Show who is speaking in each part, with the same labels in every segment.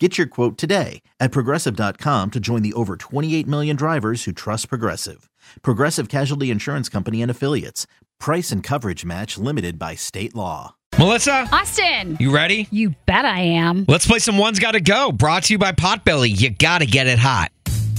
Speaker 1: Get your quote today at progressive.com to join the over 28 million drivers who trust Progressive. Progressive Casualty Insurance Company and Affiliates. Price and coverage match limited by state law.
Speaker 2: Melissa,
Speaker 3: Austin,
Speaker 2: you ready?
Speaker 3: you bet I am.
Speaker 2: Let's play some One's Gotta Go, brought to you by Potbelly. You gotta get it hot.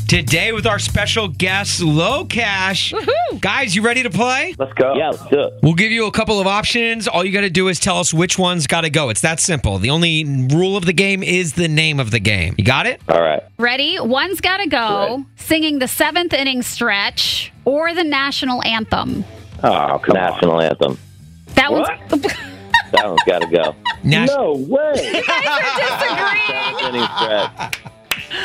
Speaker 2: Today with our special guest, Low Cash.
Speaker 3: Woohoo!
Speaker 2: Guys, you ready to play?
Speaker 4: Let's go. Yeah, let's do it.
Speaker 2: We'll give you a couple of options. All you gotta do is tell us which one's gotta go. It's that simple. The only rule of the game is the name of the game. You got it?
Speaker 4: All right.
Speaker 3: Ready? One's got to go singing the seventh inning stretch or the national anthem.
Speaker 4: Oh, come National anthem.
Speaker 3: That was
Speaker 4: That one's got to go.
Speaker 2: Nash-
Speaker 5: No way.
Speaker 4: Seventh inning stretch.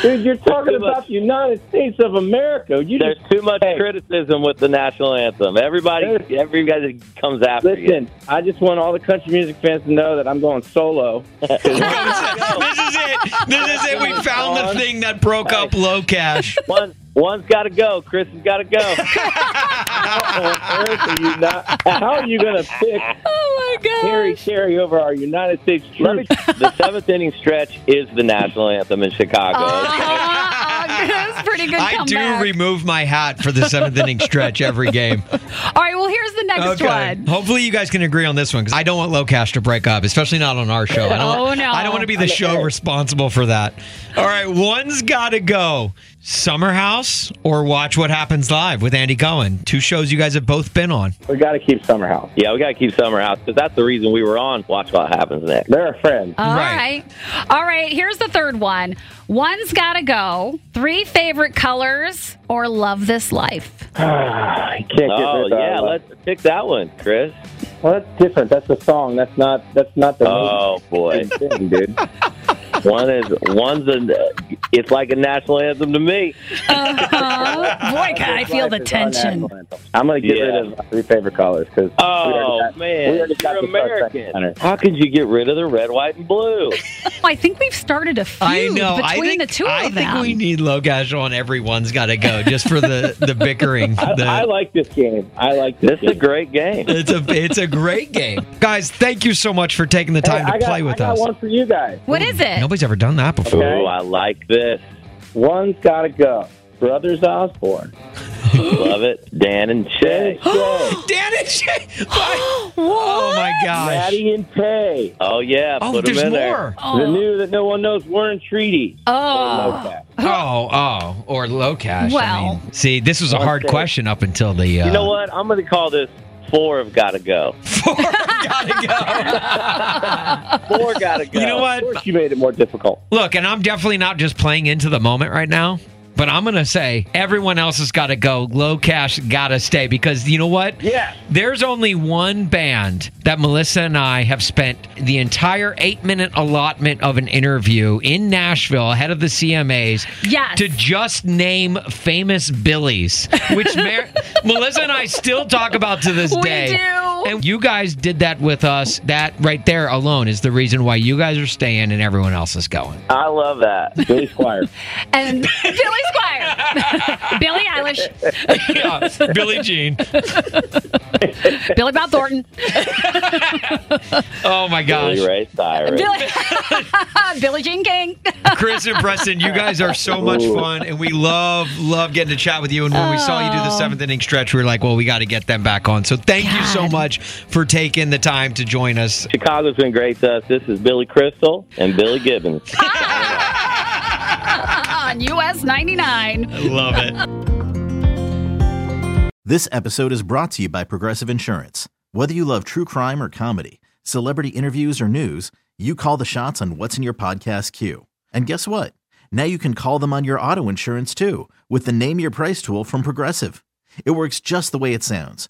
Speaker 5: Dude, you're talking
Speaker 4: Too much.
Speaker 5: about the United States of America. You
Speaker 4: There's
Speaker 5: just
Speaker 4: too much
Speaker 5: Hey.
Speaker 4: criticism with the national anthem. Everybody, everybody comes after
Speaker 5: listen. I just want all the country music fans to know that I'm going solo.
Speaker 2: this is it. This is it. We found the thing that broke up Low Cash.
Speaker 4: you. One, one's got to go. Chris has got to go.
Speaker 5: How on earth are you not? How are you going to pick
Speaker 3: Oh my god.
Speaker 5: Harry Carey over our United States
Speaker 4: Let me,
Speaker 5: troops?
Speaker 4: the seventh inning stretch is the national anthem in Chicago.
Speaker 3: Oh. that was pretty good
Speaker 2: I do
Speaker 3: comeback.
Speaker 2: remove my hat for the seventh inning stretch every game.
Speaker 3: All right, well here's the next one.
Speaker 2: Hopefully, you guys can agree on this one because I don't want Low Cash to break up, especially not on our show. I don't,
Speaker 3: Oh, no.
Speaker 2: I don't want to be the show responsible for that. All right, one's got to go. Summer House or Watch What Happens Live with Andy Cohen. Two shows you guys have both been on.
Speaker 5: We got to keep Summerhouse.
Speaker 4: Yeah, we got to keep Summer out because that's the reason we were on. Watch what happens next.
Speaker 5: They're a friend.
Speaker 3: All
Speaker 2: Right.
Speaker 3: right. All right, here's the third one. One's got to go. Three favorite colors or love this life.
Speaker 5: You can't get
Speaker 4: Oh
Speaker 5: rid of
Speaker 4: yeah,
Speaker 5: that.
Speaker 4: let's pick that one, Chris.
Speaker 5: Well, that's different. That's the song. That's not. That's not the
Speaker 4: Oh boy.
Speaker 5: main thing, dude.
Speaker 4: One is one's a. It's like a national anthem to me.
Speaker 3: Uh-huh. Boy, God, I feel the
Speaker 5: Life is our
Speaker 3: tension.
Speaker 5: national anthem. I'm going to get
Speaker 4: Yeah.
Speaker 5: rid of my three favorite colors because.
Speaker 4: Oh man,
Speaker 5: we already got
Speaker 4: you're
Speaker 5: the Star Trek
Speaker 4: American.
Speaker 5: banner.
Speaker 4: How could you get rid of the red, white, and blue?
Speaker 3: I think we've started a feud
Speaker 2: I know.
Speaker 3: between
Speaker 2: I think,
Speaker 3: the two
Speaker 2: I
Speaker 3: of them.
Speaker 2: think we need Low Cash on Everyone's Got to Go just for the, the bickering. the-
Speaker 5: I like this game. I like this.
Speaker 4: This is a great game.
Speaker 2: it's a it's a great game, guys. Thank you so much for taking the time
Speaker 5: Hey,
Speaker 2: to
Speaker 5: I got,
Speaker 2: play with
Speaker 5: I got
Speaker 2: us.
Speaker 5: one for you guys.
Speaker 3: what is it?
Speaker 2: Nobody's ever done that before.
Speaker 5: Okay.
Speaker 4: Ooh, I like this.
Speaker 5: One's got to go. Brothers Osborne.
Speaker 4: Love it, Dan and Shay.
Speaker 2: Dan and Shay. Oh my gosh.
Speaker 5: Maddie and Tay.
Speaker 4: Oh yeah,
Speaker 2: Oh,
Speaker 4: put 'em
Speaker 2: there's
Speaker 4: in
Speaker 2: more.
Speaker 5: The new that no one knows. Warren Treaty.
Speaker 3: Oh.
Speaker 5: Okay.
Speaker 2: Oh, oh, or low cash. I
Speaker 3: Well.
Speaker 2: mean, see, this was a hard
Speaker 5: day.
Speaker 2: question up until the. Uh,
Speaker 4: there. You know what? I'm gonna call this four have got to go.
Speaker 2: Four gotta go.
Speaker 4: Four got to go.
Speaker 2: you know
Speaker 5: Of
Speaker 2: what?
Speaker 5: course, you made it more difficult.
Speaker 2: Look, and I'm definitely not just playing into the moment right now. But I'm gonna say everyone else has got to go. Low cash got to stay because you know what?
Speaker 5: Yeah.
Speaker 2: There's only one band that Melissa and I have spent the entire eight minute allotment of an interview in Nashville ahead of the CMAs
Speaker 3: Yes.
Speaker 2: to just name famous Billies, which Mar- Melissa and I still talk about to this
Speaker 3: We
Speaker 2: day.
Speaker 3: do.
Speaker 2: And you guys did that with us. That right there alone is the reason why you guys are staying and everyone else is going.
Speaker 4: I love that.
Speaker 5: Billy Squire.
Speaker 3: and Billy Squire, Billy Eilish,
Speaker 2: yeah, Billie Jean.
Speaker 3: Billy Bob Thornton,
Speaker 2: Oh my gosh.
Speaker 4: Billy Ray Cyrus.
Speaker 3: Billy, Billy Jean King.
Speaker 2: Chris and Preston, you guys are so much fun, and we love love getting to chat with you. And when we saw you do the seventh inning stretch, we were like, well, we got to get them back on. So thank you so
Speaker 3: God.
Speaker 2: much for taking the time to join us.
Speaker 4: Chicago's been great to us. This is Billy Crystal and Billy Gibbons.
Speaker 3: on US 99.
Speaker 2: Love it.
Speaker 1: This episode is brought to you by Progressive Insurance. Whether you love true crime or comedy, celebrity interviews or news, you call the shots on what's in your podcast queue. And guess what? Now you can call them on your auto insurance too with the Name Your Price tool from Progressive. It works just the way it sounds.